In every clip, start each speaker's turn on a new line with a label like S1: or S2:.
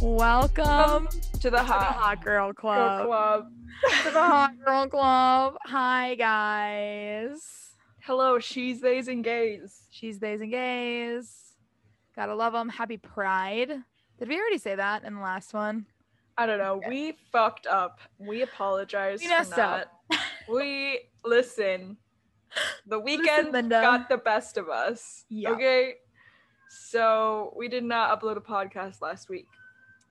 S1: Welcome to
S2: to the
S1: the
S2: hot,
S1: Hot Girl Club.
S2: girl club.
S1: To the Hot Girl Club. Hi, guys.
S2: Hello, she's they's and gays.
S1: She's theys and gays. Gotta love them. Happy Pride. Did we already say that in the last one?
S2: I don't know. We fucked up. We apologize.
S1: We
S2: for
S1: messed up.
S2: that. we listen. The weekend
S1: Linda.
S2: got the best of us.
S1: Yeah.
S2: Okay. So we did not upload a podcast last week.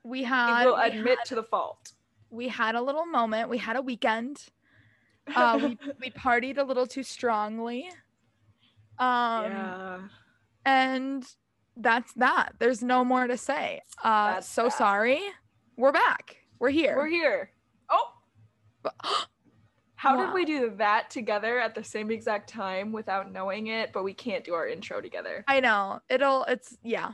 S1: We
S2: I
S1: had
S2: will
S1: Uh, we
S2: admit
S1: had-
S2: to the fault.
S1: we had a little moment. We had a weekend. Uh, we we partied a little too strongly. Um,
S2: yeah.
S1: and that's that. There's no more to say. Uh,
S2: That's
S1: so
S2: that.
S1: sorry. We're back. We're here.
S2: We're here. Oh,
S1: But-
S2: how
S1: Wow.
S2: did we do that together at the same exact time without knowing it? But we can't do our intro together.
S1: I know. It'll it's yeah.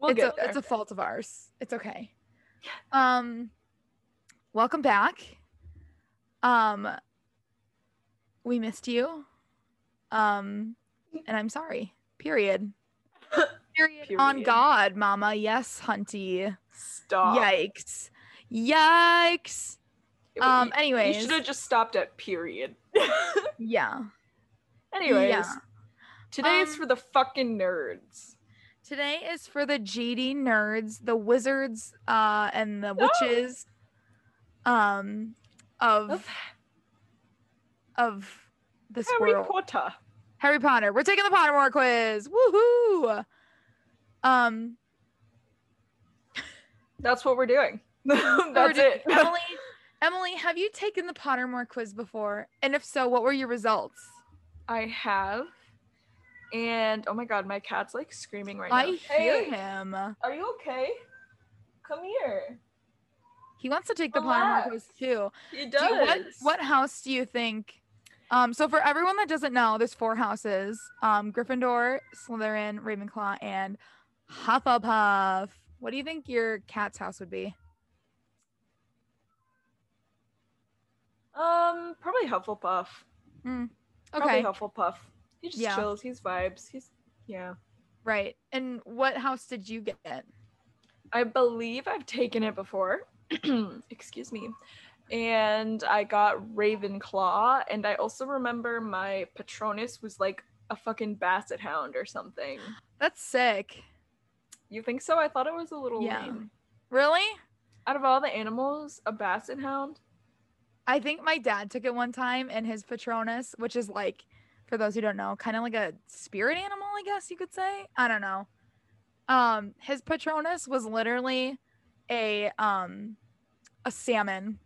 S2: We'll
S1: it's
S2: get
S1: a
S2: there.
S1: it's a fault of ours. It's okay. Um welcome back. Um we missed you. Um and I'm sorry. Period. Period, on
S2: Period.
S1: God, mama. Yes, hunty.
S2: Stop.
S1: Yikes. Yikes.
S2: It-
S1: Um
S2: you-
S1: anyways.
S2: You should have just stopped at period.
S1: Yeah.
S2: Anyways,
S1: Yeah.
S2: today is
S1: Um,
S2: for the fucking nerds.
S1: Today is for the GD nerds, the wizards, uh, and
S2: Oh.
S1: the witches um of
S2: Of
S1: of this
S2: Harry
S1: world.
S2: Potter.
S1: Harry Potter. We're taking the Pottermore quiz. Woohoo! Um
S2: That's what we're doing.
S1: so we're
S2: That's
S1: doing-
S2: it.
S1: Emily, Emily, have you taken the Pottermore quiz before? And if so, what were your results?
S2: I have. And oh my god, my cat's like screaming right
S1: I
S2: now.
S1: hear
S2: Hey,
S1: him.
S2: Are you okay? Come here.
S1: He wants to take the Pottermore
S2: Relax.
S1: quiz too.
S2: He
S1: Do
S2: does.
S1: you- what what house do you think? Um, so for everyone that doesn't know, there's four houses: um, Gryffindor, Slytherin, Ravenclaw, and Hufflepuff. What do you think your cat's house would be?
S2: Um, probably Hufflepuff.
S1: Okay,
S2: Probably Hufflepuff. He just
S1: Yeah.
S2: chills. He's vibes. He's yeah.
S1: right. And what house did you get?
S2: I believe I've taken it before. Excuse me. And I got Ravenclaw. And I also remember my Patronus was like a fucking basset hound or something.
S1: That's sick.
S2: You think so? I thought it was a little
S1: Yeah.
S2: lame.
S1: Really?
S2: Out of all the animals, a basset hound?
S1: I think my dad took it one time, and his Patronus, which is like, for those who don't know, kind of like a spirit animal, I guess you could say. I don't know. Um, his Patronus was literally a um, a salmon.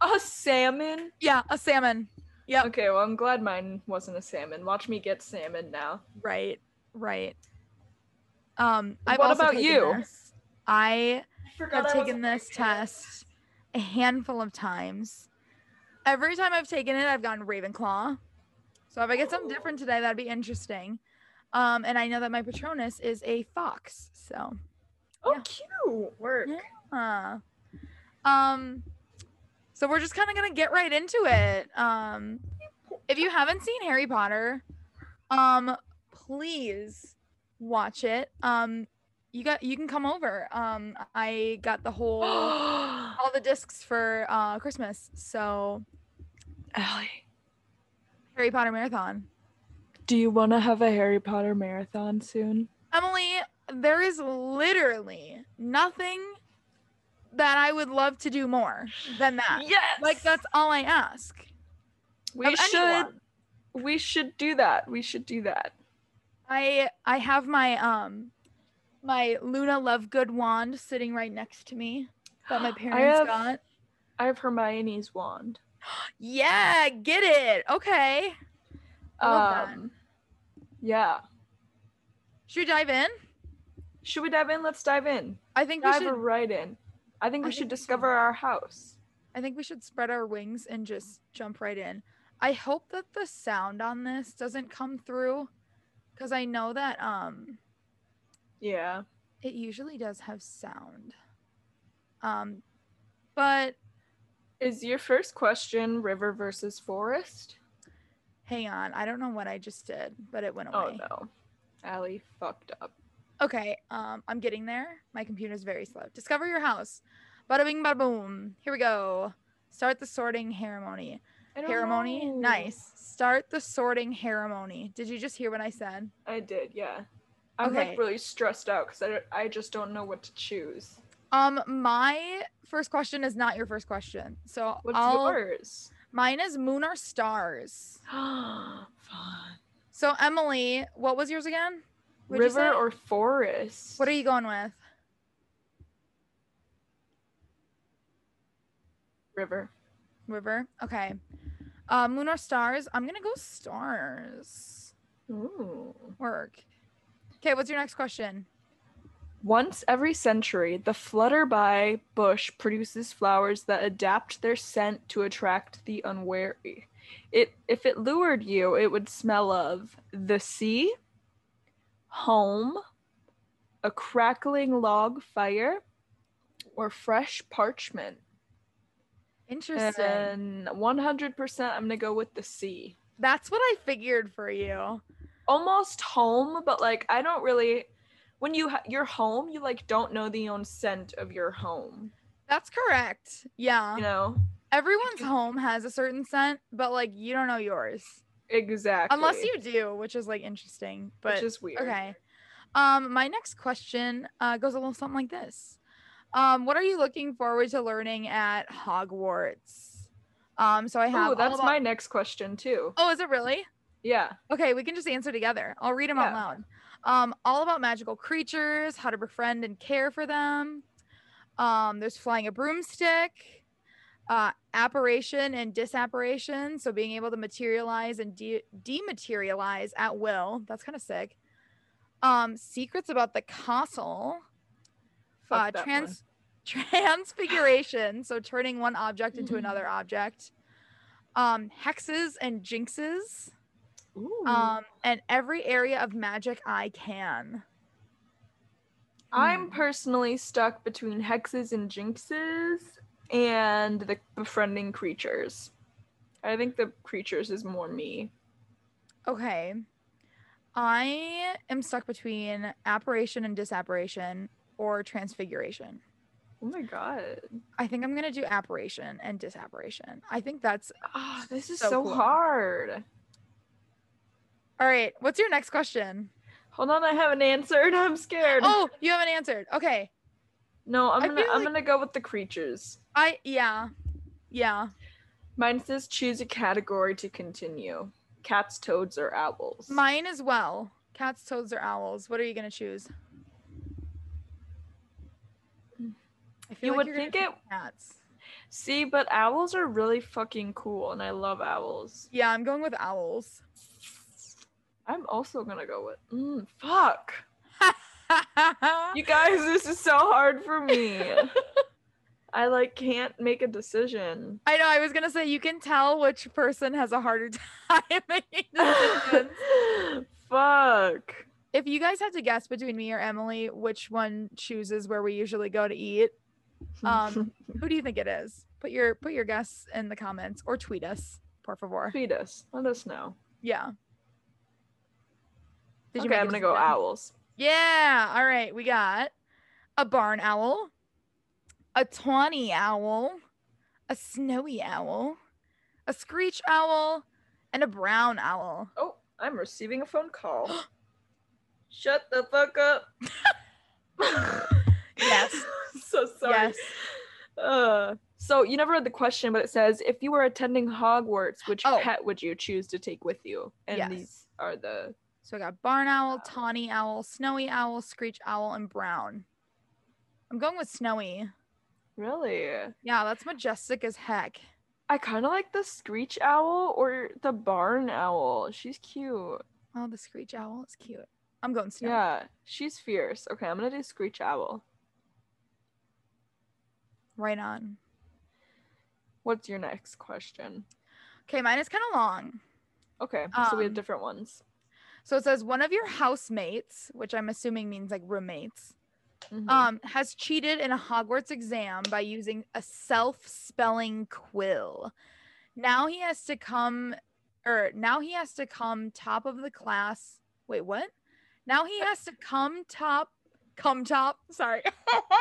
S2: A salmon?
S1: Yeah, a salmon. Yep.
S2: Okay, well, I'm glad mine wasn't a salmon. Watch me get salmon now.
S1: Right. Right. Um, I've
S2: What
S1: also
S2: about
S1: taken
S2: you?
S1: this. I
S2: I forgot
S1: I've taken this test a handful of times. Every time I've taken it, I've gotten Ravenclaw. So if I get something
S2: Oh.
S1: different today, that'd be interesting. Um, and I know that my Patronus is a fox. So,
S2: Oh,
S1: Yeah.
S2: cute. Work.
S1: Yeah. uh, um, so we're just kind of gonna get right into it. Um, if you haven't seen Harry Potter, um, please watch it. Um, you got you can come over. Um, I got the whole all the discs for uh, Christmas. So
S2: Ellie,
S1: Harry Potter marathon.
S2: do you want to have a Harry Potter marathon soon?
S1: Emily, there is literally nothing that I would love to do more than that.
S2: Yes.
S1: Like that's all I ask.
S2: We
S1: of
S2: should.
S1: anyone.
S2: We should do that. We should do that.
S1: I I have my um my Luna Lovegood wand sitting right next to me that my parents
S2: have-
S1: got.
S2: I have Hermione's wand.
S1: Yeah, get it. Okay. I love that.
S2: Um, yeah.
S1: Should we dive in?
S2: Should we dive in? Let's dive in.
S1: I think we
S2: Dive
S1: should
S2: right in. I think we
S1: I think we
S2: should
S1: should.
S2: discover our house.
S1: I think we should spread our wings and just jump right in. I hope that the sound on this doesn't come through because I know that um
S2: Yeah.
S1: it usually does have sound. Um but
S2: Is your first question river versus forest?
S1: hang on, I don't know what I just did, but it went away.
S2: Oh no. Allie Oh, fucked up.
S1: Okay, um, I'm getting there. My computer's very slow. Discover your house. Bada bing, bada boom. Here we go. Start the sorting ceremony.
S2: I don't
S1: Ceremony.
S2: know.
S1: Nice. Start the sorting ceremony. Did you just hear what I said?
S2: I did, yeah. I'm
S1: Okay.
S2: like really stressed out because I, don't- I just don't know what to choose.
S1: Um, my first question is not your first question. So
S2: What's
S1: I'll,
S2: yours?
S1: mine is moon or stars.
S2: Fun.
S1: So Emily, what was yours again? What'd you
S2: River
S1: say?
S2: or forest?
S1: what are you going with?
S2: River.
S1: River. Okay. Uh, moon or stars? I'm gonna go stars.
S2: Ooh.
S1: Work. Okay, what's your next question?
S2: Once every century, the flutterby bush produces flowers that adapt their scent to attract the unwary. It if it lured you, it would smell of the sea, home, a crackling log fire, or fresh parchment.
S1: Interesting.
S2: And 100% I'm going to go with the sea.
S1: That's what I figured for you.
S2: Almost home, but like I don't really when you ha- you're home, you like don't know the own scent of your home,
S1: That's correct. Yeah.
S2: you know?
S1: Everyone's home has a certain scent, but like you don't know yours.
S2: Exactly.
S1: Unless you do, which is like interesting. But
S2: which is weird.
S1: okay. Um, my next question uh, goes a little something like this. Um, what are you looking forward to learning at Hogwarts? Um, so I have.
S2: Oh,
S1: all
S2: that's
S1: about-
S2: my next question too.
S1: Oh, is it really?
S2: Yeah.
S1: Okay, we can just answer together. I'll read them out
S2: Yeah.
S1: loud. Um, all about magical creatures, how to befriend and care for them. Um, there's flying a broomstick, uh, apparition and disapparition. So being able to materialize and de- dematerialize at will. That's kind of sick. Um, secrets about the castle.
S2: Fuck
S1: uh,
S2: that one.
S1: trans transfiguration. so turning one object into
S2: Mhm.
S1: another object. Um, hexes and jinxes
S2: Ooh.
S1: um and every area of magic i can
S2: I'm Mm.
S1: hmm.
S2: personally stuck between hexes and jinxes and the befriending creatures. I think the creatures is more me.
S1: okay i am stuck between apparition and disapparition or transfiguration
S2: Oh my god.
S1: i think i'm gonna do apparition and disapparition i think that's
S2: Ah, this is
S1: So
S2: so,
S1: cool.
S2: hard.
S1: all right what's your next question
S2: Hold on, I haven't answered. I'm scared.
S1: oh you haven't answered okay
S2: no, I'm
S1: I
S2: gonna
S1: feel
S2: I'm
S1: like-
S2: gonna go with the creatures.
S1: i yeah yeah
S2: Mine says choose a category to continue. Cats, toads, or owls.
S1: mine as well cats toads or owls what are you gonna choose I feel
S2: You would
S1: you're gonna
S2: think it-
S1: pick cats
S2: See, but owls are really fucking cool, and I love owls.
S1: yeah i'm going with owls
S2: I'm also gonna go with. Mm, fuck. You guys, this is so hard for me. I like can't make a decision.
S1: I know. I was gonna say you can tell which person has a harder time making decisions.
S2: fuck.
S1: if you guys had to guess between me or Emily, which one chooses where we usually go to eat? Um, Who do you think it is? Put your put your guess in the comments or tweet us, por favor.
S2: Tweet us. Let us know.
S1: Yeah. Did you
S2: okay,
S1: make a
S2: I'm gonna go
S1: decision?
S2: owls.
S1: Yeah. All right. We got a barn owl, a tawny owl, a snowy owl, a screech owl, and a brown owl.
S2: Oh, I'm receiving a phone call. Shut the fuck up.
S1: Yes.
S2: so sorry.
S1: Yes.
S2: Uh, so you never read the question, but it says if you were attending Hogwarts, which
S1: Oh.
S2: pet would you choose to take with you? And
S1: Yes.
S2: these are the
S1: So I got barn owl, tawny owl, snowy owl, screech owl, and brown. I'm going with snowy.
S2: really.
S1: Yeah, that's majestic as heck.
S2: I kind of like the screech owl or the barn owl. She's cute.
S1: Oh, the screech owl is cute. I'm going snowy.
S2: Yeah, she's fierce. Okay, I'm gonna do screech owl.
S1: Right on.
S2: What's your next question?
S1: Okay, mine is kind of long.
S2: Okay, so we have
S1: Um,
S2: different ones.
S1: So it says one of your housemates, which I'm assuming means like roommates,
S2: Mhm.
S1: um, has cheated in a Hogwarts exam by using a self spelling quill. Now he has to come, or now he has to come top of the class. Wait, what? Now he has to come top cum top. Sorry.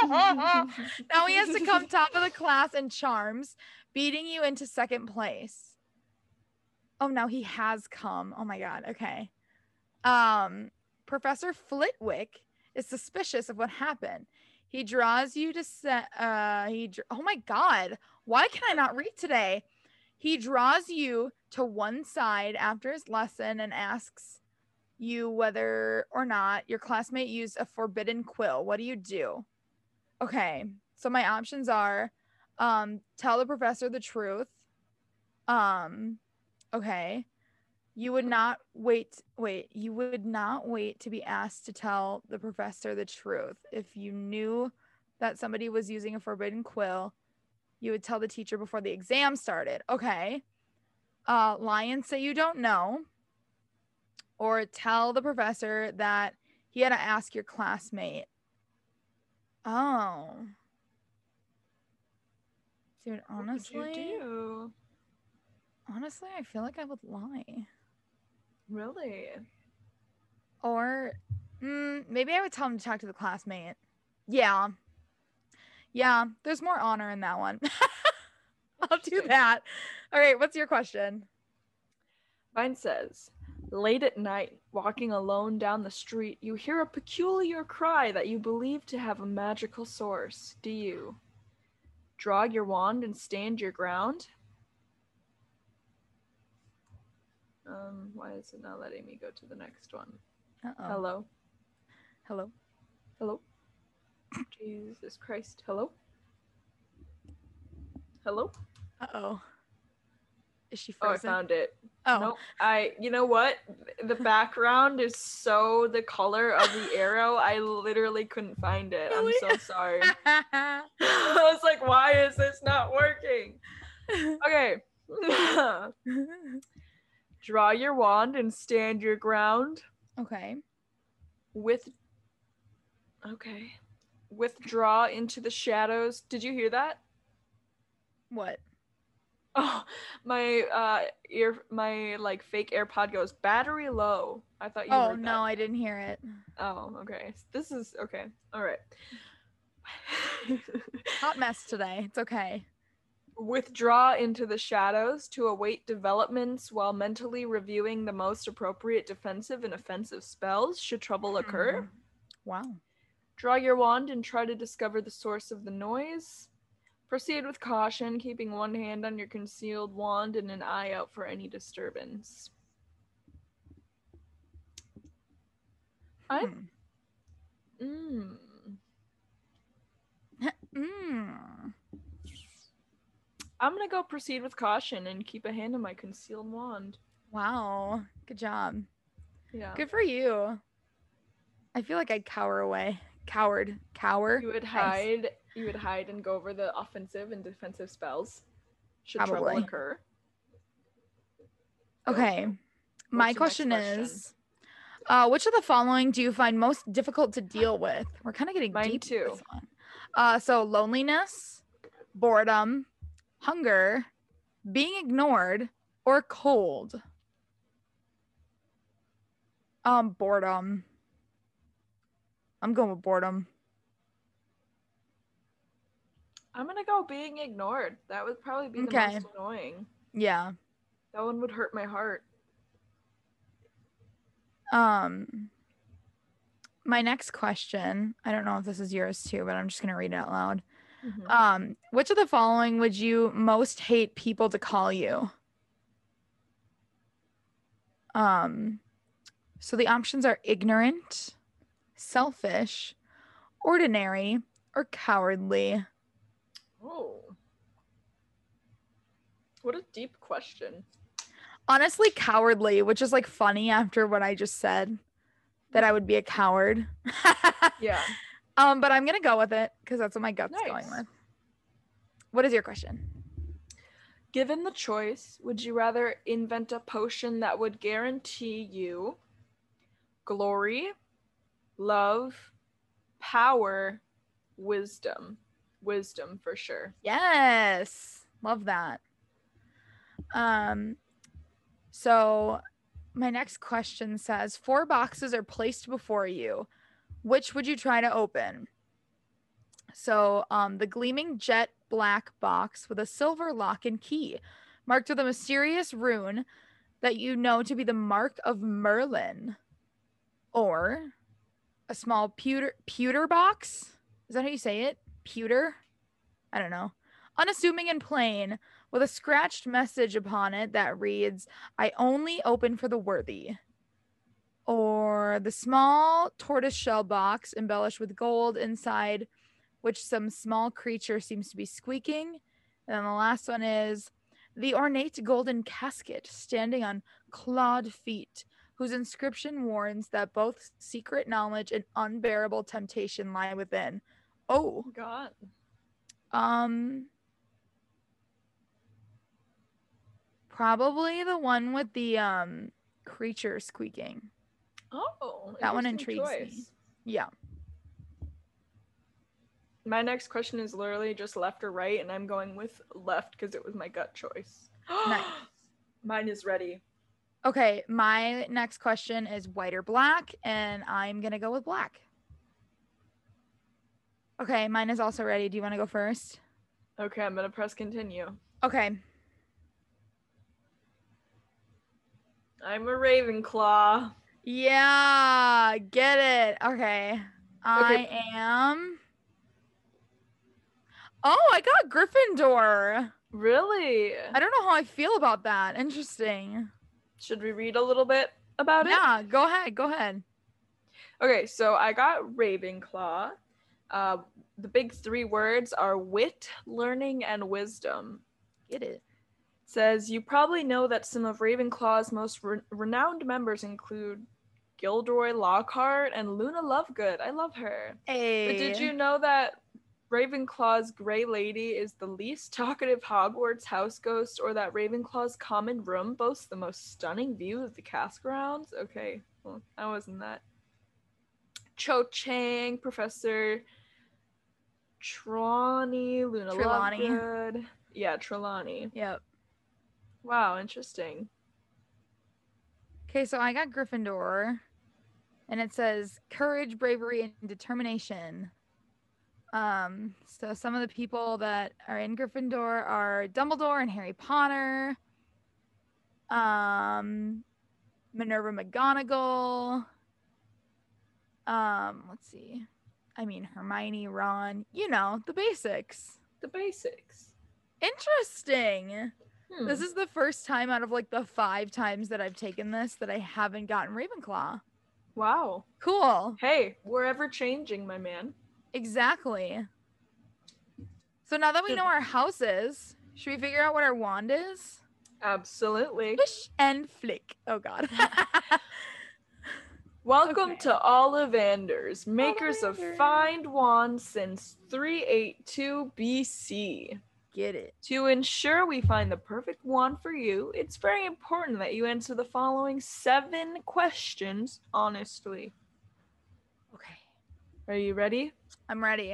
S1: now he has to come top of the class in charms, beating you into second place. Oh, now he has come. Oh my god. Okay. Um, Professor Flitwick is suspicious of what happened. He draws you to set. Uh, he. Dr- oh my god. Why can I not read today? He draws you to one side after his lesson and asks you whether or not your classmate used a forbidden quill. What do you do? Okay, so my options are um, tell the professor the truth. Um, okay, you would not wait, wait, you would not wait to be asked to tell the professor the truth. If you knew that somebody was using a forbidden quill, you would tell the teacher before the exam started. Okay. Uh, lions say you don't know or tell the professor that he had to ask your classmate. Oh. Dude,
S2: What would you
S1: honestly,
S2: do?
S1: honestly, I feel like I would lie.
S2: Really?
S1: Or mm, maybe I would tell him to talk to the classmate. Yeah. Yeah, there's more honor in that one. I'll do
S2: Interesting.
S1: that. All right, what's your question?
S2: Mine says, late at night, walking alone down the street, you hear a peculiar cry that you believe to have a magical source. Do you draw your wand and stand your ground? Um, why is it not letting me go to the next one?
S1: Uh-oh.
S2: Hello.
S1: Hello.
S2: Hello. Jesus Christ. Hello. Hello.
S1: Uh-oh. Is she
S2: Oh, I
S1: frozen?
S2: found it.
S1: oh.
S2: Nope. I you know what? The background is so the color of the arrow. I literally couldn't find it. I'm
S1: Really?
S2: so sorry. I was like, why is this not working? Okay. Draw your wand and stand your ground
S1: okay.
S2: with Okay. Withdraw into the shadows. Did you hear that?
S1: What?
S2: Oh, my uh ear my like fake AirPod goes battery low. I thought you
S1: Oh
S2: heard
S1: no,
S2: that.
S1: I didn't hear it.
S2: Oh, okay. This is okay. All right.
S1: Hot mess today. It's okay.
S2: Withdraw into the shadows to await developments while mentally reviewing the most appropriate defensive and offensive spells should trouble occur.
S1: Hmm. Wow.
S2: Draw your wand and try to discover the source of the noise. Proceed with caution, keeping one hand on your concealed wand and an eye out for any disturbance. I
S1: Hmm.
S2: mm,
S1: Mm.
S2: I'm gonna go proceed with caution and keep a hand on my concealed wand.
S1: Wow. Good job.
S2: Yeah.
S1: Good for you. I feel like I'd cower away. Coward. Cower.
S2: You would hide. You would hide and go over the offensive and defensive spells. Should trouble
S1: Probably.
S2: occur. Go.
S1: Okay. My
S2: What's your
S1: question,
S2: next question?
S1: is uh, which of the following do you find most difficult to deal with? We're kind of getting
S2: Mine
S1: deep with
S2: too.
S1: this one. Uh, so loneliness, boredom, hunger, being ignored, or cold. Um, boredom. I'm going with boredom.
S2: I'm gonna go being ignored. That would probably be the
S1: Okay.
S2: most annoying.
S1: Yeah.
S2: That one would hurt my heart.
S1: Um, my next question, I don't know if this is yours too, but I'm just going to read it out loud. Um, which of the following would you most hate people to call you? Um, so the options are ignorant, selfish, ordinary, or cowardly.
S2: Oh. What a deep question.
S1: Honestly, cowardly, which is like funny after what I just said that I would be a coward.
S2: Yeah.
S1: um, but I'm gonna go with it because that's what my gut's going
S2: Nice.
S1: with. What is your question?
S2: Given the choice, would you rather invent a potion that would guarantee you glory, love, power, wisdom? Wisdom for sure.
S1: Yes. Love that. Um so my next question says four boxes are placed before you. Which would you try to open? So, um, the gleaming jet black box with a silver lock and key, marked with a mysterious rune that you know to be the mark of Merlin, or a small pewter pewter box. Is that how you say it? Pewter. I don't know. Unassuming and plain, with a scratched message upon it that reads, "I only open for the worthy." Or the small tortoiseshell box embellished with gold inside which some small creature seems to be squeaking. And then the last one is the ornate golden casket standing on clawed feet, whose inscription warns that both secret knowledge and unbearable temptation lie within. Oh,
S2: God.
S1: um, probably the one with the um creature squeaking.
S2: Oh,
S1: That one
S2: interesting
S1: intrigues me. Yeah.
S2: My next question is literally just left or right, and I'm going with left because it was my gut choice.
S1: Nice.
S2: Mine is ready.
S1: Okay, my next question is white or black, and I'm gonna go with black. Okay, mine is also ready. Do you want to go first?
S2: Okay, I'm gonna press continue.
S1: Okay,
S2: I'm a Ravenclaw.
S1: yeah, get it. Okay, I am. Oh, I got Gryffindor.
S2: Really?
S1: I don't know how I feel about that. Interesting.
S2: Should we read a little bit about it?
S1: Yeah, go ahead. Go ahead.
S2: Okay, so I got Ravenclaw. Uh, the big three words are wit, learning, and wisdom.
S1: Get it.
S2: says you probably know that some of Ravenclaw's most re- renowned members include Gilderoy Lockhart and Luna Lovegood. I love her.
S1: Hey.
S2: But did you know that Ravenclaw's Grey Lady is the least talkative Hogwarts house ghost, or that Ravenclaw's common room boasts the most stunning view of the castle grounds? Okay, well, I wasn't that. Cho Chang, Professor Trelawney, Luna
S1: Trelawney.
S2: Lovegood. Yeah, Trelawney.
S1: Yep.
S2: Wow, interesting.
S1: Okay, so I got Gryffindor, and it says courage, bravery, and determination. Um, so some of the people that are in Gryffindor are Dumbledore and Harry Potter, um, Minerva McGonagall. Um, let's see. I mean Hermione, Ron. You know the basics.
S2: The basics.
S1: Interesting.
S2: Hmm.
S1: This is the first time out of like the five times that I've taken this that I haven't gotten Ravenclaw.
S2: wow.
S1: Cool.
S2: Hey, we're ever changing, my man.
S1: Exactly. So now that we know our houses, should we figure out what our wand is?
S2: Absolutely.
S1: Fish and flick. Oh god.
S2: Welcome
S1: Okay.
S2: to Ollivanders, makers
S1: Ollivanders.
S2: of fine wands since 382 BC.
S1: Get it.
S2: To ensure we find the perfect wand for you, it's very important that you answer the following seven questions honestly.
S1: Okay.
S2: Are you ready?
S1: I'm ready.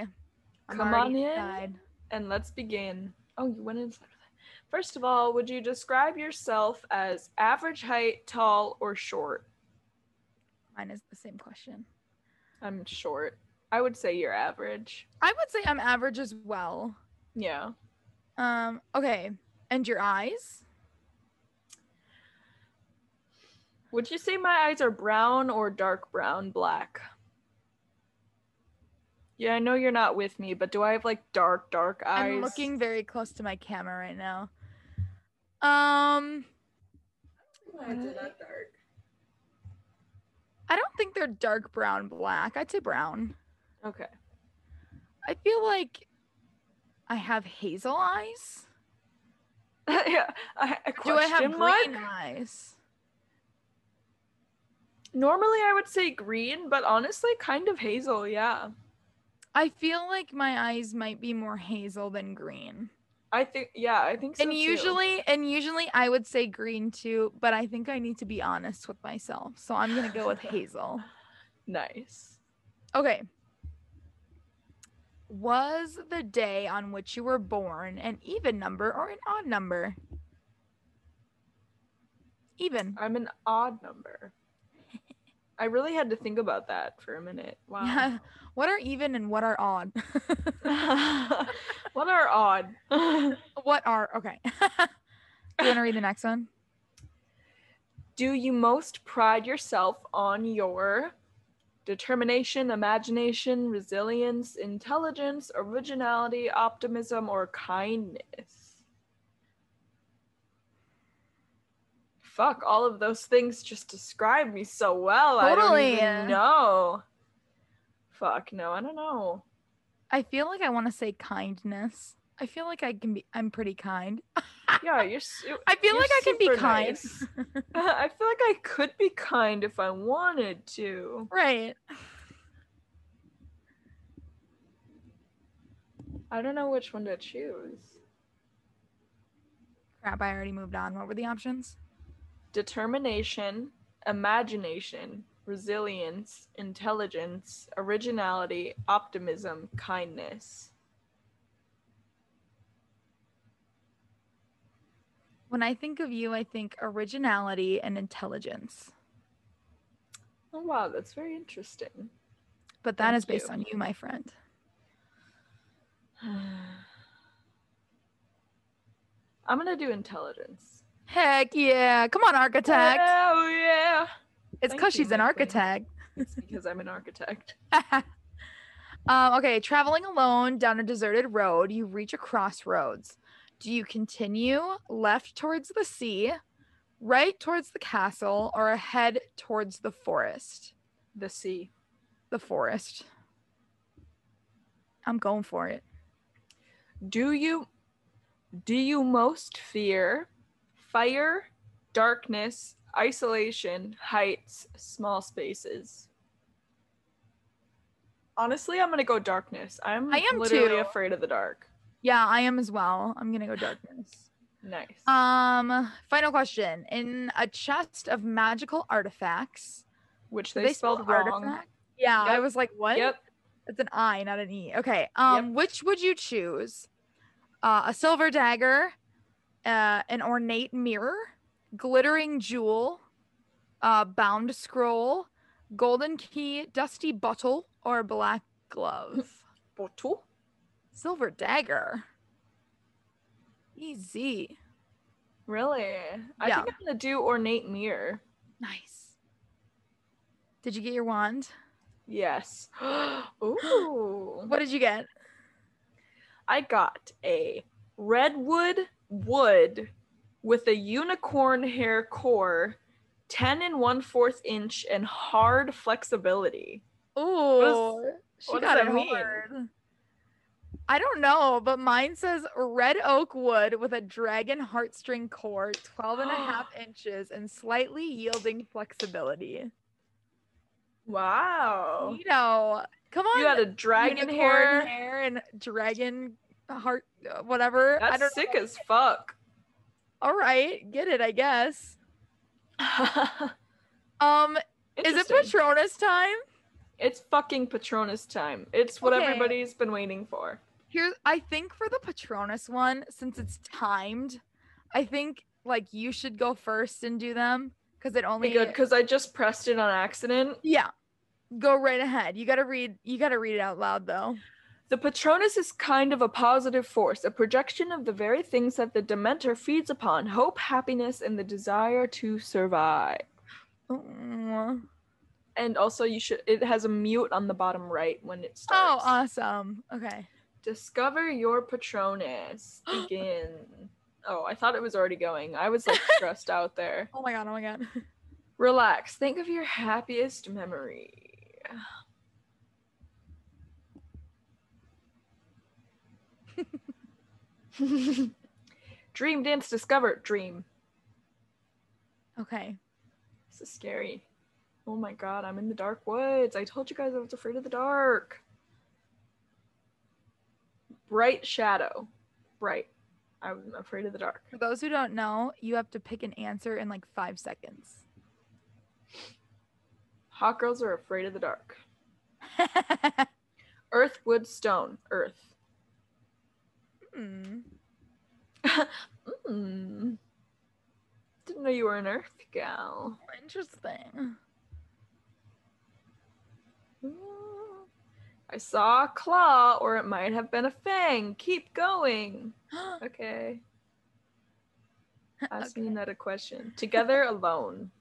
S1: I'm
S2: Come
S1: already
S2: on in.
S1: inside.
S2: And let's begin. Oh, you went inside. with that. First of all, would you describe yourself as average height, tall, or short?
S1: Mine is the same question.
S2: I'm short. I would say you're average.
S1: I would say I'm average as well.
S2: Yeah.
S1: Um, okay. And your eyes?
S2: Would you say my eyes are brown or dark brown, black? Yeah, I know you're not with me, but do I have like dark, dark eyes?
S1: I'm looking very close to my camera right now. Um,
S2: Mine's are not
S3: dark.
S1: I don't think they're dark brown black. I'd say brown.
S2: Okay.
S1: I feel like I have hazel eyes.
S2: yeah. I, a
S1: Do I have
S2: question mark?
S1: green eyes?
S2: Normally, I would say green, but honestly, kind of hazel. Yeah.
S1: I feel like my eyes might be more hazel than green.
S2: I think. Yeah, I think so.
S1: and
S2: too.
S1: usually and usually I would say green too, but I think I need to be honest with myself. So I'm going to go with hazel.
S2: Nice.
S1: Okay. Was the day on which you were born an even number or an odd number? Even.
S2: I'm an odd number. I really had to think about that for a minute. Wow.
S1: Yeah. What are even and what are odd?
S2: what are odd?
S1: what are okay? Do you want to read the next one?
S2: Do you most pride yourself on your determination, imagination, resilience, intelligence, originality, optimism, or kindness? Fuck, all of those things just describe me so well.
S1: Totally.
S2: I don't even know. Fuck, no, I don't know.
S1: I feel like I want to say kindness. I feel like I can be. I'm pretty kind.
S2: Yeah, you're. su-
S1: I feel
S2: You're
S1: like I can be
S2: super
S1: kind.
S2: nice. I feel like I could be kind if I wanted to.
S1: Right.
S2: I don't know which one to choose.
S1: Crap. I already moved on. What were the options?
S2: determination, imagination, resilience, intelligence, originality, optimism, kindness.
S1: When I think of you, I think originality and intelligence.
S2: Oh, wow, that's very interesting.
S1: But that
S2: Thank
S1: is based
S2: you.
S1: on you, my friend.
S2: I'm going to do intelligence.
S1: Heck yeah. Come on, architect.
S2: Oh, yeah.
S1: it's
S2: thank
S1: because
S2: you,
S1: she's an
S2: my queen.
S1: architect.
S2: It's because I'm an architect.
S1: Um, okay, traveling alone down a deserted road, you reach a crossroads. Do you continue left towards the sea, right towards the castle, or ahead towards the forest?
S2: The sea.
S1: The forest. I'm going for it.
S2: Do you do you most fear fire, darkness, isolation, heights, small spaces? Honestly, I'm gonna go darkness. I'm
S1: I am
S2: literally
S1: too.
S2: afraid of the dark.
S1: Yeah, I am as well. I'm gonna go darkness.
S2: Nice.
S1: Um, final question. In a chest of magical artifacts,
S2: Which
S1: did
S2: they, spelled wrong.
S1: Yeah, I
S2: Yep.
S1: was like, what?
S2: Yep.
S1: It's an I, not an E. Okay. Um, which would you choose? Uh, a silver dagger, uh, an ornate mirror, glittering jewel, uh, bound scroll, golden key, dusty bottle, or black glove.
S2: Bottle.
S1: silver dagger. Easy.
S2: Really? I
S1: Yeah.
S2: think I'm gonna do ornate mirror.
S1: Nice. Did you get your wand?
S2: Yes. Ooh.
S1: What did you get?
S2: I got a redwood wood with a unicorn hair core, 10 and 1 fourth inch, and hard flexibility.
S1: Oh, she
S2: what does
S1: got
S2: that
S1: it
S2: mean?
S1: hard. I don't know, but mine says red oak wood with a dragon heartstring core, 12 and a half inches, and slightly yielding flexibility.
S2: Wow.
S1: You know, come on.
S2: Oh. You had a dragon
S1: unicorn
S2: hair.
S1: hair and dragon heart, uh, whatever. I don't
S2: That's sick as fuck.
S1: All right, get it, I guess. Um, is it
S2: Interesting.
S1: Patronus time?
S2: It's fucking Patronus time. It's what
S1: Okay.
S2: everybody's been waiting for.
S1: Here, I think for the Patronus one, since it's timed, I think like you should go first and do them because it only
S2: Okay, good, because I just pressed it on accident.
S1: yeah. Go right ahead. You gotta read. You gotta read it out loud though.
S2: The Patronus is kind of a positive force, a projection of the very things that the Dementor feeds upon hope, happiness, and the desire to survive.
S1: Mm.
S2: And also, you should, it has a mute on the bottom right when it
S1: Oh,
S2: starts.
S1: awesome. Okay.
S2: Discover your Patronus. Begin. oh, I thought it was already going. I was like stressed out there.
S1: Oh my god. Oh my god.
S2: Relax. Think of your happiest memory. dream dance discover dream.
S1: Okay.
S2: This is scary. Oh my god, I'm in the dark woods. I told you guys I was afraid of the dark. Bright shadow. Bright. I'm afraid of the dark.
S1: For those who don't know, you have to pick an answer in like five seconds.
S2: Hot girls are afraid of the dark. Earth, wood, stone. Earth.
S1: Hmm.
S2: Mm. Didn't know you were an earth gal.
S1: Interesting.
S2: Hmm. I saw a claw, or it might have been a fang. Keep going. Okay. Ask me
S1: Okay.
S2: another question. Together, alone.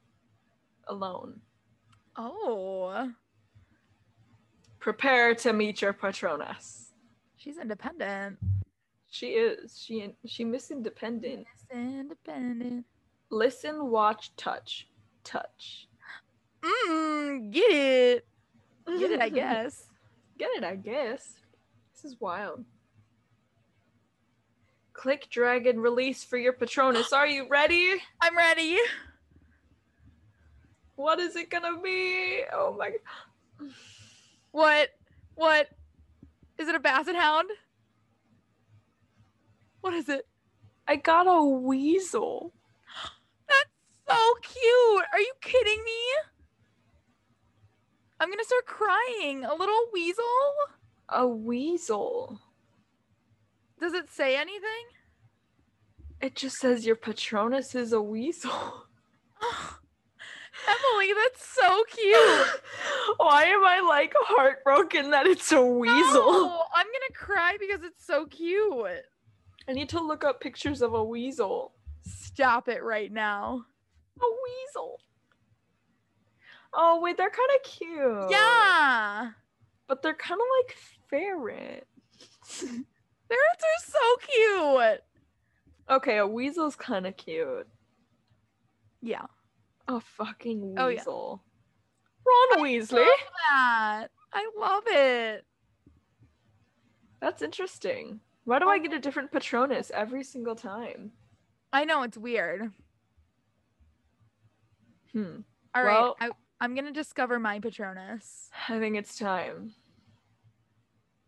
S2: Alone.
S1: oh,
S2: Prepare to meet your Patronus.
S1: she's independent.
S2: She is. She she miss independent.
S1: Miss Independent.
S2: Listen, watch, touch, touch.
S1: Mm, get it. Get it, I guess.
S2: Get it, I guess. This is wild. Click drag and release for your Patronus. Are you ready?
S1: I'm ready.
S2: What is it gonna be? Oh my
S1: What? What? Is it a basset hound? What is it?
S2: I got a weasel.
S1: That's so cute. Are you kidding me? I'm gonna start crying. A little weasel?
S2: A weasel.
S1: Does it say anything?
S2: It just says your Patronus is a weasel.
S1: Emily, that's so cute.
S2: Why am I like heartbroken that it's a weasel?
S1: No, I'm gonna cry because it's so cute.
S2: I need to look up pictures of a weasel.
S1: Stop it right now.
S2: A weasel. Oh wait, they're kind
S1: Oh.
S2: of cute.
S1: Yeah.
S2: but they're kind of like ferret.
S1: Ferrets are so cute.
S2: Okay, a weasel's kind of cute.
S1: Yeah.
S2: A fucking
S1: Oh, yeah.
S2: weasel. Ron Weasley.
S1: Love that. I love it.
S2: That's interesting. Why do I get a different Patronus every single time?
S1: I know it's weird.
S2: Hmm.
S1: All right,
S2: Well-
S1: I, I'm gonna discover my Patronus.
S2: I think it's time.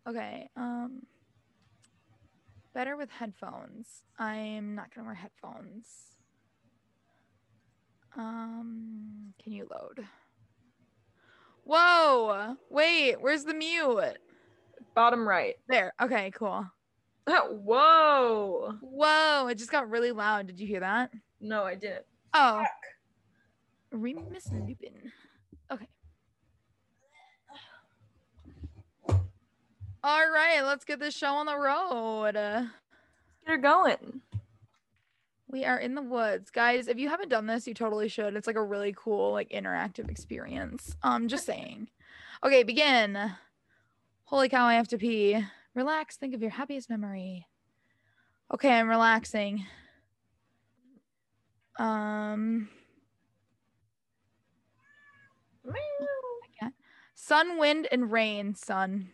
S1: Okay. Um. Better with headphones. I'm not gonna wear headphones. Um. Can you load? Whoa! Wait. Where's the mute?
S2: Bottom right.
S1: There. Okay. Cool.
S2: Whoa.
S1: Whoa! It just got really loud. Did you hear that?
S2: No, I didn't.
S1: Oh. Remus Lupin. Okay. All right, let's get this show on the road. Uh,
S2: They're going.
S1: We are in the woods, guys. If you haven't done this, you totally should. It's like a really cool, like interactive experience. Um, just saying. Okay, begin. Holy cow, I have to pee. Relax. Think of your happiest memory. Okay, I'm relaxing. Um, sun, wind, and rain. Sun.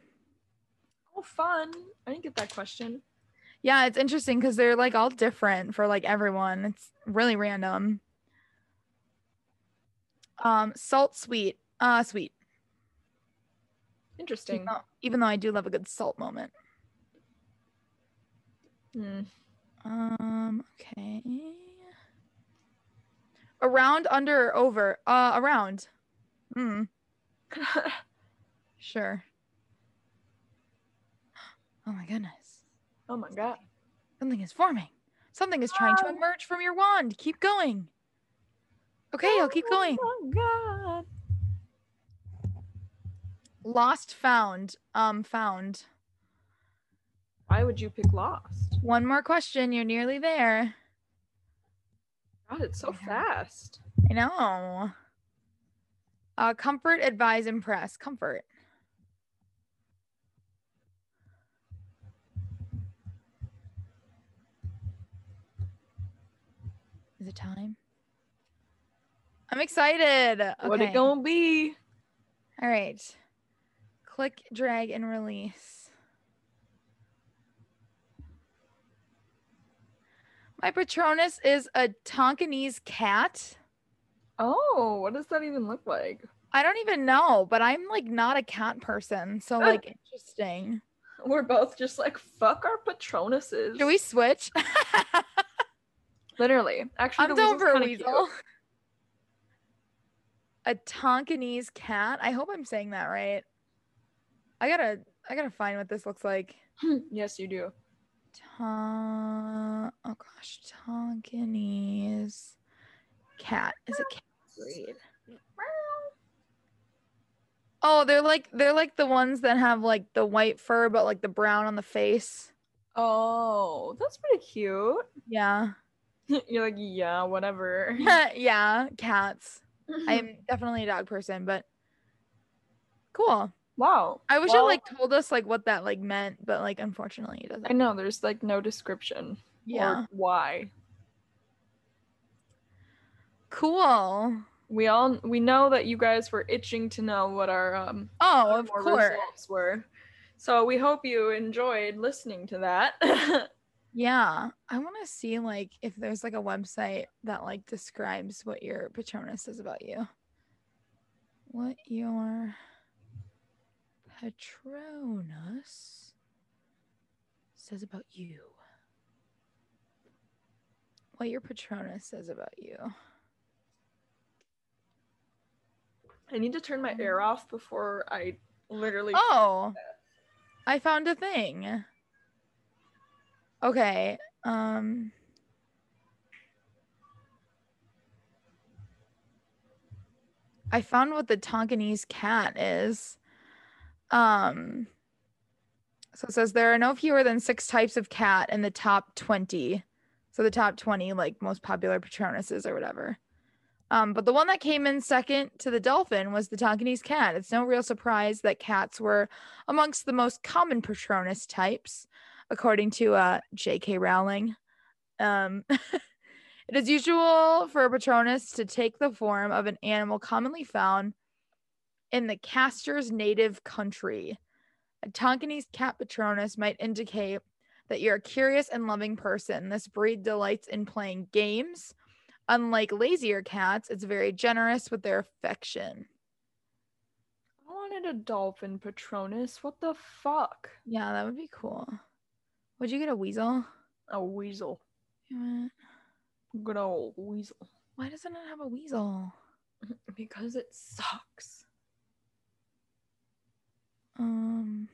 S2: Oh, fun. I didn't get that question.
S1: Yeah, it's interesting because they're like all different for like everyone. It's really random. Um, salt, sweet, uh, sweet. Even
S2: Interesting.
S1: though, even though I do love a good salt moment.
S2: Hmm.
S1: Um, okay. Around, under, or over? Uh, around. Hmm. Sure. Oh my goodness.
S2: oh my god.
S1: Something is forming. Something is trying to
S2: Ah.
S1: emerge from your wand. Keep going. Okay, I'll keep going.
S2: Oh my god.
S1: Lost, found. Um, found.
S2: Why would you pick Lost?
S1: One more question. You're nearly there.
S2: God, it's so
S1: Yeah.
S2: fast.
S1: I know. Uh, comfort, advise, impress. Comfort. Is it time? I'm excited.
S2: What it
S1: Okay.
S2: gonna be?
S1: All right. Click, drag, and release. My Patronus is a Tonkinese cat.
S2: Oh, what does that even look like?
S1: I don't even know, but I'm like not a cat person. So
S2: Huh.
S1: like interesting.
S2: We're both just like, fuck our Patronuses.
S1: Do we switch?
S2: Literally. Actually,
S1: I'm
S2: the
S1: down
S2: weasel's
S1: for a
S2: kinda cute.
S1: weasel. A Tonkinese cat. I hope I'm saying that right. I gotta I gotta find what this looks like.
S2: yes, you do.
S1: Ton oh gosh, Tonkinese cat. Is it cat breed? Oh, they're like they're like the ones that have like the white fur but like the brown on the face.
S2: Oh, that's pretty cute.
S1: Yeah.
S2: You're like, yeah, whatever.
S1: yeah, cats. I'm definitely a dog person, but cool.
S2: wow.
S1: I wish
S2: Well,
S1: it like told us like what that like meant, but like unfortunately it doesn't.
S2: I know there's like no description.
S1: yeah.
S2: Or why?
S1: Cool.
S2: We all we know that you guys were itching to know what our um
S1: Oh, of
S2: our
S1: course.
S2: results were. So we hope you enjoyed listening to that.
S1: Yeah. I want to see like if there's like a website that like describes what your Patronus says about you. What your Patronus says about you. What your Patronus says about you.
S2: I need to turn my air off before I literally
S1: Mm-hmm. Oh, I found a thing. Okay. Um. I found what the Tonkinese cat is. Um. So it says there are no fewer than six types of cat in the top twenty. So the top twenty, like most popular patronuses or whatever. Um, but the one that came in second to the dolphin was the Tonkinese cat. It's no real surprise that cats were amongst the most common Patronus types, according to uh, J.K. Rowling. Um, it is usual for a Patronus to take the form of an animal commonly found in the caster's native country. A Tonkinese cat Patronus might indicate that you're a curious and loving person. This breed delights in playing games. Unlike lazier cats, it's very generous with their affection.
S2: I wanted a dolphin Patronus. What the fuck?
S1: Yeah, that would be cool. Would you get a weasel?
S2: A weasel.
S1: Damn it.
S2: Good old weasel.
S1: Why doesn't it have a weasel?
S2: Because it sucks.
S1: Um,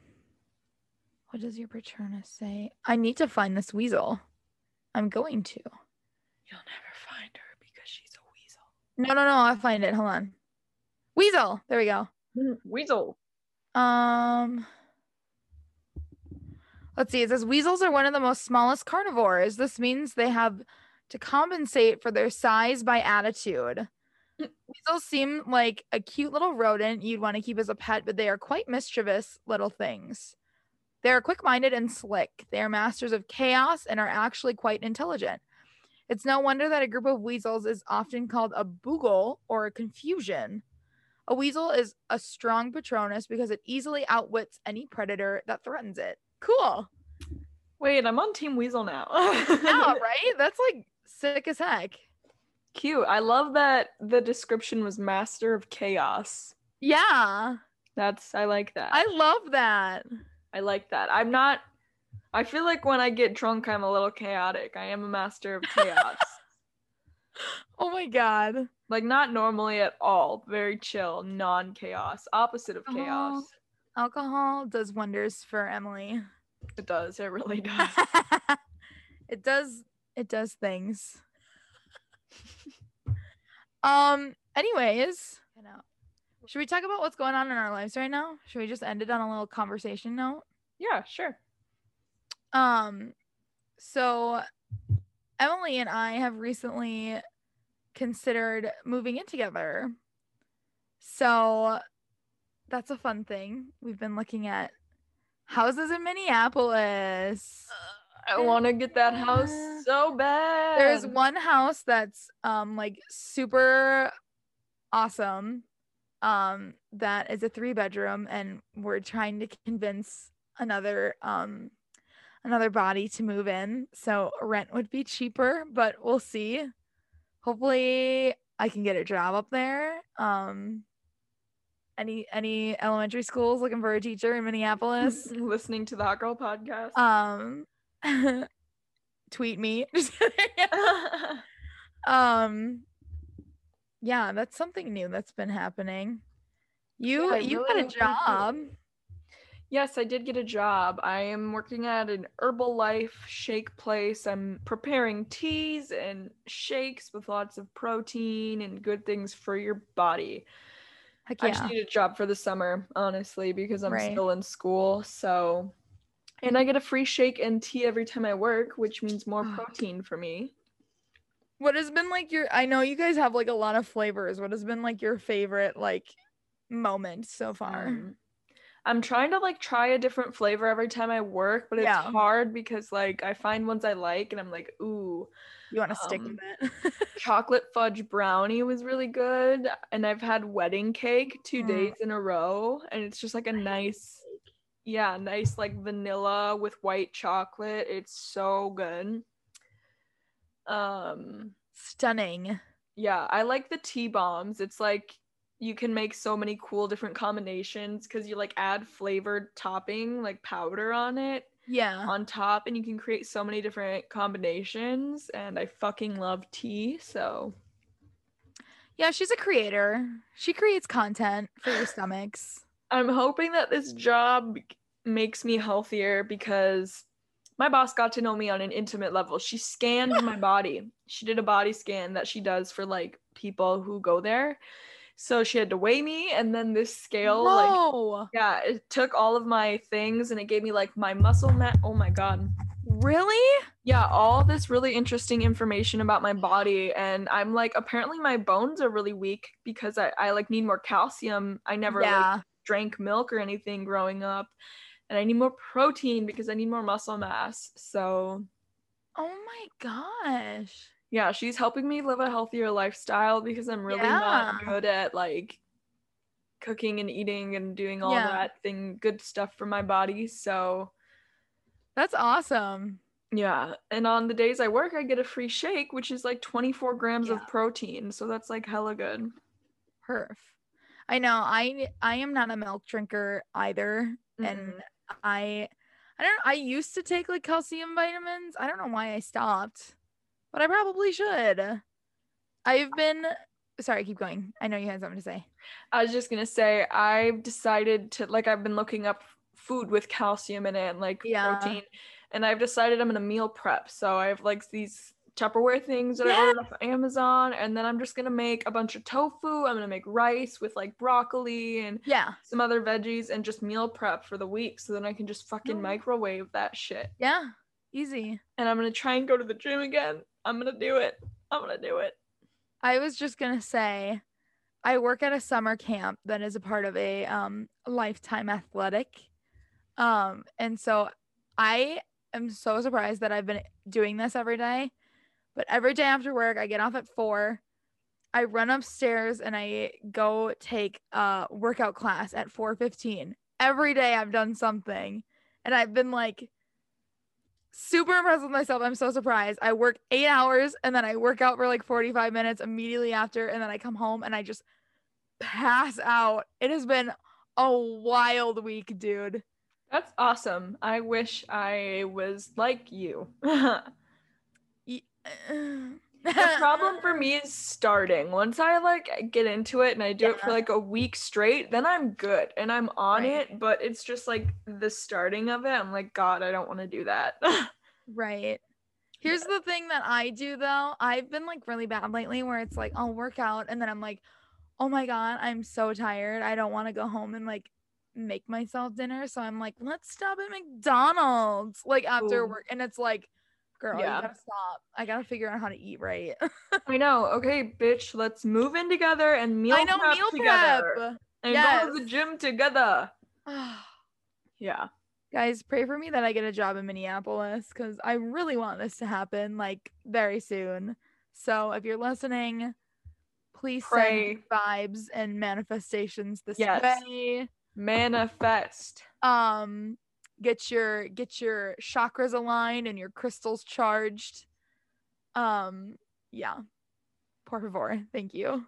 S1: what does your Patronus say? I need to find this weasel. I'm going to.
S2: You'll never find her because she's a
S1: No, no, no. I'll find it. Hold on. Weasel. There we go.
S2: weasel. Weasel.
S1: Um, let's see. It says weasels are one of the most smallest carnivores. This means they have to compensate for their size by attitude. weasels seem like a cute little rodent you'd want to keep as a pet, but they are quite mischievous little things. They are quick minded and slick. They are masters of chaos and are actually quite intelligent. It's no wonder that a group of weasels is often called a boogle or a confusion. A weasel is a strong patronus because it easily outwits any predator that threatens it. Cool.
S2: Wait, I'm on Team Weasel now.
S1: Yeah, right? That's like sick as heck.
S2: Cute. I love that the description was Master of Chaos.
S1: Yeah.
S2: That's I like that.
S1: I love that.
S2: I like that. I'm not I feel like when I get drunk I'm a little chaotic. I am a master of chaos.
S1: Oh my god.
S2: like not normally at all. Very chill, non-chaos, opposite of chaos.
S1: Alcohol does wonders for Emily.
S2: It does. It really does.
S1: it does it does things. um anyways, you know, should we talk about what's going on in our lives right now? Should we just end it on a little conversation note?
S2: yeah, sure.
S1: Um, so Emily and I have recently considered moving in together. So that's a fun thing. We've been looking at houses in Minneapolis.
S2: I want to get that house so bad.
S1: There's one house that's um like super awesome. Um that is a 3 bedroom and we're trying to convince another um another body to move in. So rent would be cheaper, but we'll see. Hopefully I can get a job up there. Um any any elementary schools looking for a teacher in Minneapolis?
S2: listening to the Hot Girl podcast.
S1: um tweet me. Just kidding. Uh, um yeah that's something new that's been happening you
S2: Yeah, I
S1: you
S2: really
S1: got a
S2: hope you do.
S1: job
S2: yes, I did get a job. I am working at an Herbalife shake place. I'm preparing teas and shakes with lots of protein and good things for your body.
S1: Heck
S2: I just
S1: yeah.
S2: need a job for the summer, honestly, because I'm
S1: Right.
S2: still in school. So, and I get a free shake and tea every time I work, which means more
S1: Ah.
S2: protein for me.
S1: What has been like your? I know you guys have like a lot of flavors. What has been like your favorite like moment so far?
S2: Um, I'm trying to like try a different flavor every time I work, but it's
S1: Yeah.
S2: hard because like I find ones I like and I'm like, ooh,
S1: You want to stick
S2: um,
S1: with it?
S2: chocolate fudge brownie was really good. And I've had wedding cake two
S1: Mm.
S2: days in a row. And it's just like a nice, yeah, nice like vanilla with white chocolate. It's so good. Um,
S1: Stunning.
S2: yeah, I like the tea bombs. It's like you can make so many cool different combinations because you like add flavored topping, like powder on it
S1: Yeah.
S2: on top, and you can create so many different combinations. And I fucking love tea, so
S1: Yeah, she's a creator. She creates content for your stomachs.
S2: I'm hoping that this job makes me healthier because my boss got to know me on an intimate level. She scanned my body. She did a body scan that she does for like people who go there. So she had to weigh me and then this scale like
S1: Whoa.
S2: yeah, it took all of my things and it gave me like my muscle mat. Oh my god.
S1: really?
S2: Yeah, all this really interesting information about my body and I'm like apparently my bones are really weak because I, I like need more calcium. I never like,
S1: yeah.
S2: drank milk or anything growing up and i need more protein because i need more muscle mass so
S1: oh my gosh.
S2: yeah she's helping me live a healthier lifestyle because i'm really not
S1: Yeah.
S2: good at like cooking and eating and doing all
S1: Yeah.
S2: that thing good stuff for my body so
S1: That's awesome.
S2: yeah and on the days i work i get a free shake which is like 24 grams
S1: Yeah.
S2: of protein so that's like hella good
S1: Perf. I know. I I am not a milk drinker either, and
S2: Mhm.
S1: I I don't. I used to take like calcium vitamins. I don't know why I stopped, but I probably should. I've been sorry. Keep going. I know you had something to say.
S2: I was just gonna say I've decided to like I've been looking up food with calcium in it and like
S1: Yeah.
S2: protein, and I've decided I'm gonna meal prep. So I have like these Tupperware things that I ordered off Amazon, and then I'm just gonna make a bunch of tofu. I'm gonna make rice with like broccoli and
S1: Yeah.
S2: some other veggies, and just meal prep for the week. So then I can just fucking
S1: No.
S2: microwave that shit.
S1: Yeah. Easy.
S2: And I'm gonna try and go to the gym again. I'm gonna do it. I'm gonna do it.
S1: I was just gonna say, I work at a summer camp that is a part of a um, lifetime athletic, um, and so I am so surprised that I've been doing this every day. But every day after work, I get off at four. I run upstairs and I go take a workout class at four fifteen. Every day I've done something, and I've been like super impressed with myself. I'm so surprised. I work eight hours and then I work out for like 45 minutes immediately after, and then I come home and I just pass out. It has been a wild week, dude.
S2: That's awesome. I wish I was like you. the problem for me is starting. Once I like get into it and I do it for
S1: Yeah.
S2: like a week straight, then I'm good and I'm on
S1: Right.
S2: it. But it's just like the starting of it. I'm like, God, I don't want to do that.
S1: Right. Here's the thing that I do though. I've been like really bad lately where it's like I'll work out and then I'm like, oh my God, I'm so tired. I don't want to go home and like make myself dinner. So I'm like, let's stop at McDonald's like after
S2: Ooh.
S1: work. And it's like, girl,
S2: Yeah.
S1: you gotta stop. I gotta figure out how to eat right.
S2: I know. Okay, bitch, let's move in together and meal
S1: I know
S2: prep
S1: meal
S2: together
S1: prep.
S2: and go to the
S1: Yes.
S2: gym together. Yeah.
S1: Guys, pray for me that I get a job in Minneapolis because I really want this to happen like very soon. So if you're listening, please
S2: Pray.
S1: send vibes and manifestations this
S2: Yes.
S1: way.
S2: Manifest.
S1: Um, get your get your chakras aligned and your crystals charged. Um, yeah. Por favor, thank you.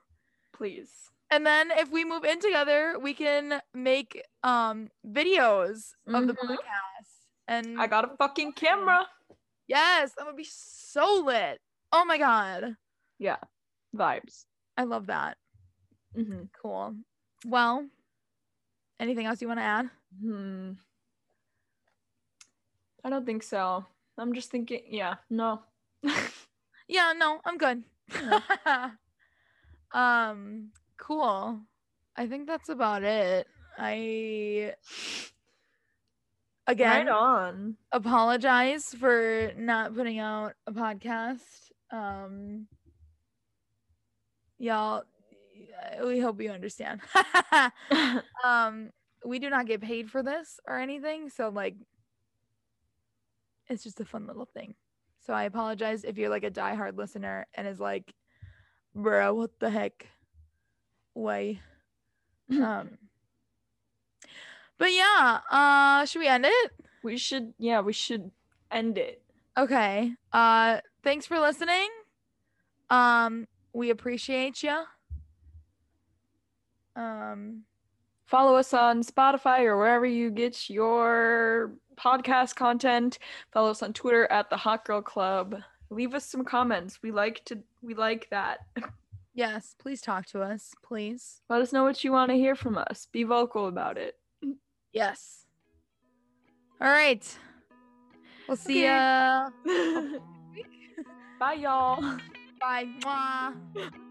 S2: Please.
S1: And then if we move in together, we can make um videos of the
S2: Mhm.
S1: podcast. And
S2: I got a fucking camera.
S1: Yes, that would be so lit. Oh my god.
S2: Vibes.
S1: I love that.
S2: hmm
S1: Cool. Well, anything else you want to add?
S2: Hmm. I don't think so. I'm just thinking, yeah, no.
S1: Yeah, no, I'm good. um, cool. I think that's about it. I again
S2: Right on.
S1: apologize for not putting out a podcast. Um y'all we hope you understand. um we do not get paid for this or anything, so like it's just a fun little thing. So I apologize if you're like a diehard listener and is like, bruh, what the heck? Way. Um but yeah, uh should we end it?
S2: we should yeah, we should end it.
S1: Okay. Uh thanks for listening. Um we appreciate you. Um
S2: Follow us on Spotify or wherever you get your podcast content. Follow us on Twitter at the Hot Girl Club. Leave us some comments. We like to we like that.
S1: yes, please talk to us, please.
S2: Let us know what you want to hear from us. Be vocal about it.
S1: Yes. All right. We'll see
S2: Okay.
S1: ya.
S2: Bye y'all.
S1: Bye. Mwah.